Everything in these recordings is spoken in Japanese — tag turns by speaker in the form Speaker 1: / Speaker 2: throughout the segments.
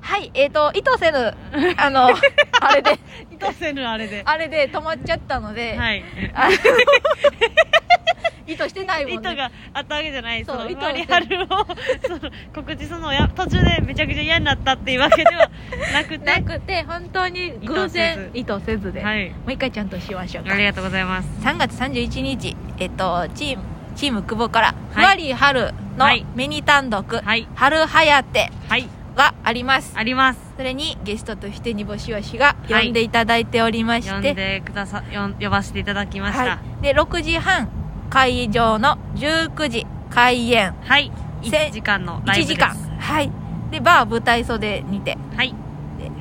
Speaker 1: はい、えっ、と、意図せ ぬ、あの、あれで、
Speaker 2: 意図せぬあれで。
Speaker 1: あれで止まっちゃったので、
Speaker 2: はい。
Speaker 1: あの意図してないもんね。
Speaker 2: 糸があったわけじゃない、
Speaker 1: そ
Speaker 2: そうの
Speaker 1: 糸を
Speaker 2: マリハルをその告知するのをや途中でめちゃくちゃ嫌になったっていうわけではなくて、
Speaker 1: なくて、本当に偶然、意図せずで、
Speaker 2: はい、
Speaker 1: もう一回ちゃんとしましょうか
Speaker 2: あ。りがとうございます。
Speaker 1: 3月31日、えっ、と、チーム、チーム久保から、ふわりはるの
Speaker 2: はい
Speaker 1: ミニ単独、
Speaker 2: はい、
Speaker 1: 春はやて
Speaker 2: はい、
Speaker 1: があります。
Speaker 2: あります。
Speaker 1: それにゲストとして煮干しわしが呼んでいただいておりまして、
Speaker 2: 呼んでくださ、呼ん呼ばせていただきました。は
Speaker 1: はいで6時半会場の19時開演
Speaker 2: い、一
Speaker 1: せ
Speaker 2: 1時間のラ
Speaker 1: 1
Speaker 2: イブです。
Speaker 1: 時間はいでバー舞台袖にて
Speaker 2: はい、
Speaker 1: で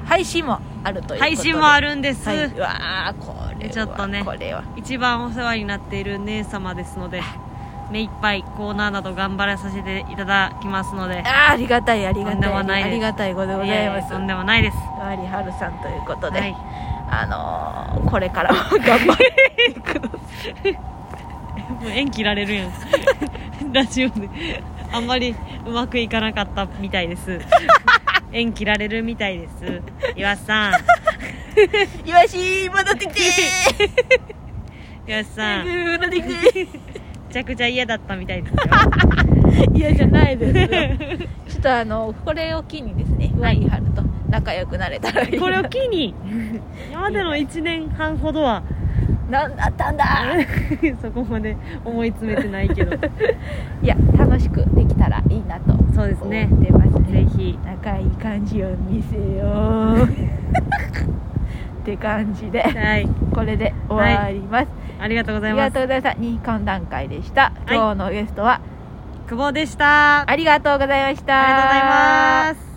Speaker 1: 配信もあるということで
Speaker 2: 配信もあるんです。
Speaker 1: はい、うわあこれは
Speaker 2: ちょっとね
Speaker 1: これは
Speaker 2: 一番お世話になっている姉様ですので、目いっぱいコーナーなど頑張らさせていただきますので、
Speaker 1: あーありがたいありが
Speaker 2: とんで
Speaker 1: た
Speaker 2: も
Speaker 1: い
Speaker 2: ない
Speaker 1: あ
Speaker 2: です
Speaker 1: りがたいことでございます
Speaker 2: とんでもないです。
Speaker 1: ワリハルさんということで、
Speaker 2: はい、
Speaker 1: あのーこれ からも頑張ってください
Speaker 2: もう縁切られるや んラジオであんまりうまくいかなかったみたいです縁切られるみたいです岩瀬さん
Speaker 1: イワシ戻ってきてー
Speaker 2: 岩瀬さんめ
Speaker 1: 戻ってきて
Speaker 2: ちゃくちゃ嫌だったみたいですよ
Speaker 1: ー嫌じゃないですちょっとあのこれを機にですねワリハルと仲良くなれたらいいな
Speaker 2: これを機に今までの1年半ほ どは
Speaker 1: なんだったんだ
Speaker 2: そこまで思い詰めてない けど
Speaker 1: いや楽しくできたらいいなと
Speaker 2: そうですね
Speaker 1: 思ってます
Speaker 2: ぜ
Speaker 1: ね
Speaker 2: ひ
Speaker 1: 仲いい感じを見せ ようって感じで
Speaker 2: はい
Speaker 1: これで終わります、
Speaker 2: ありがとうござい
Speaker 1: ありが
Speaker 2: ます
Speaker 1: とうございました日韓段階でした
Speaker 2: い
Speaker 1: 今日のゲストは
Speaker 2: 久保でしたあり
Speaker 1: ありがとうございました
Speaker 2: がとうございます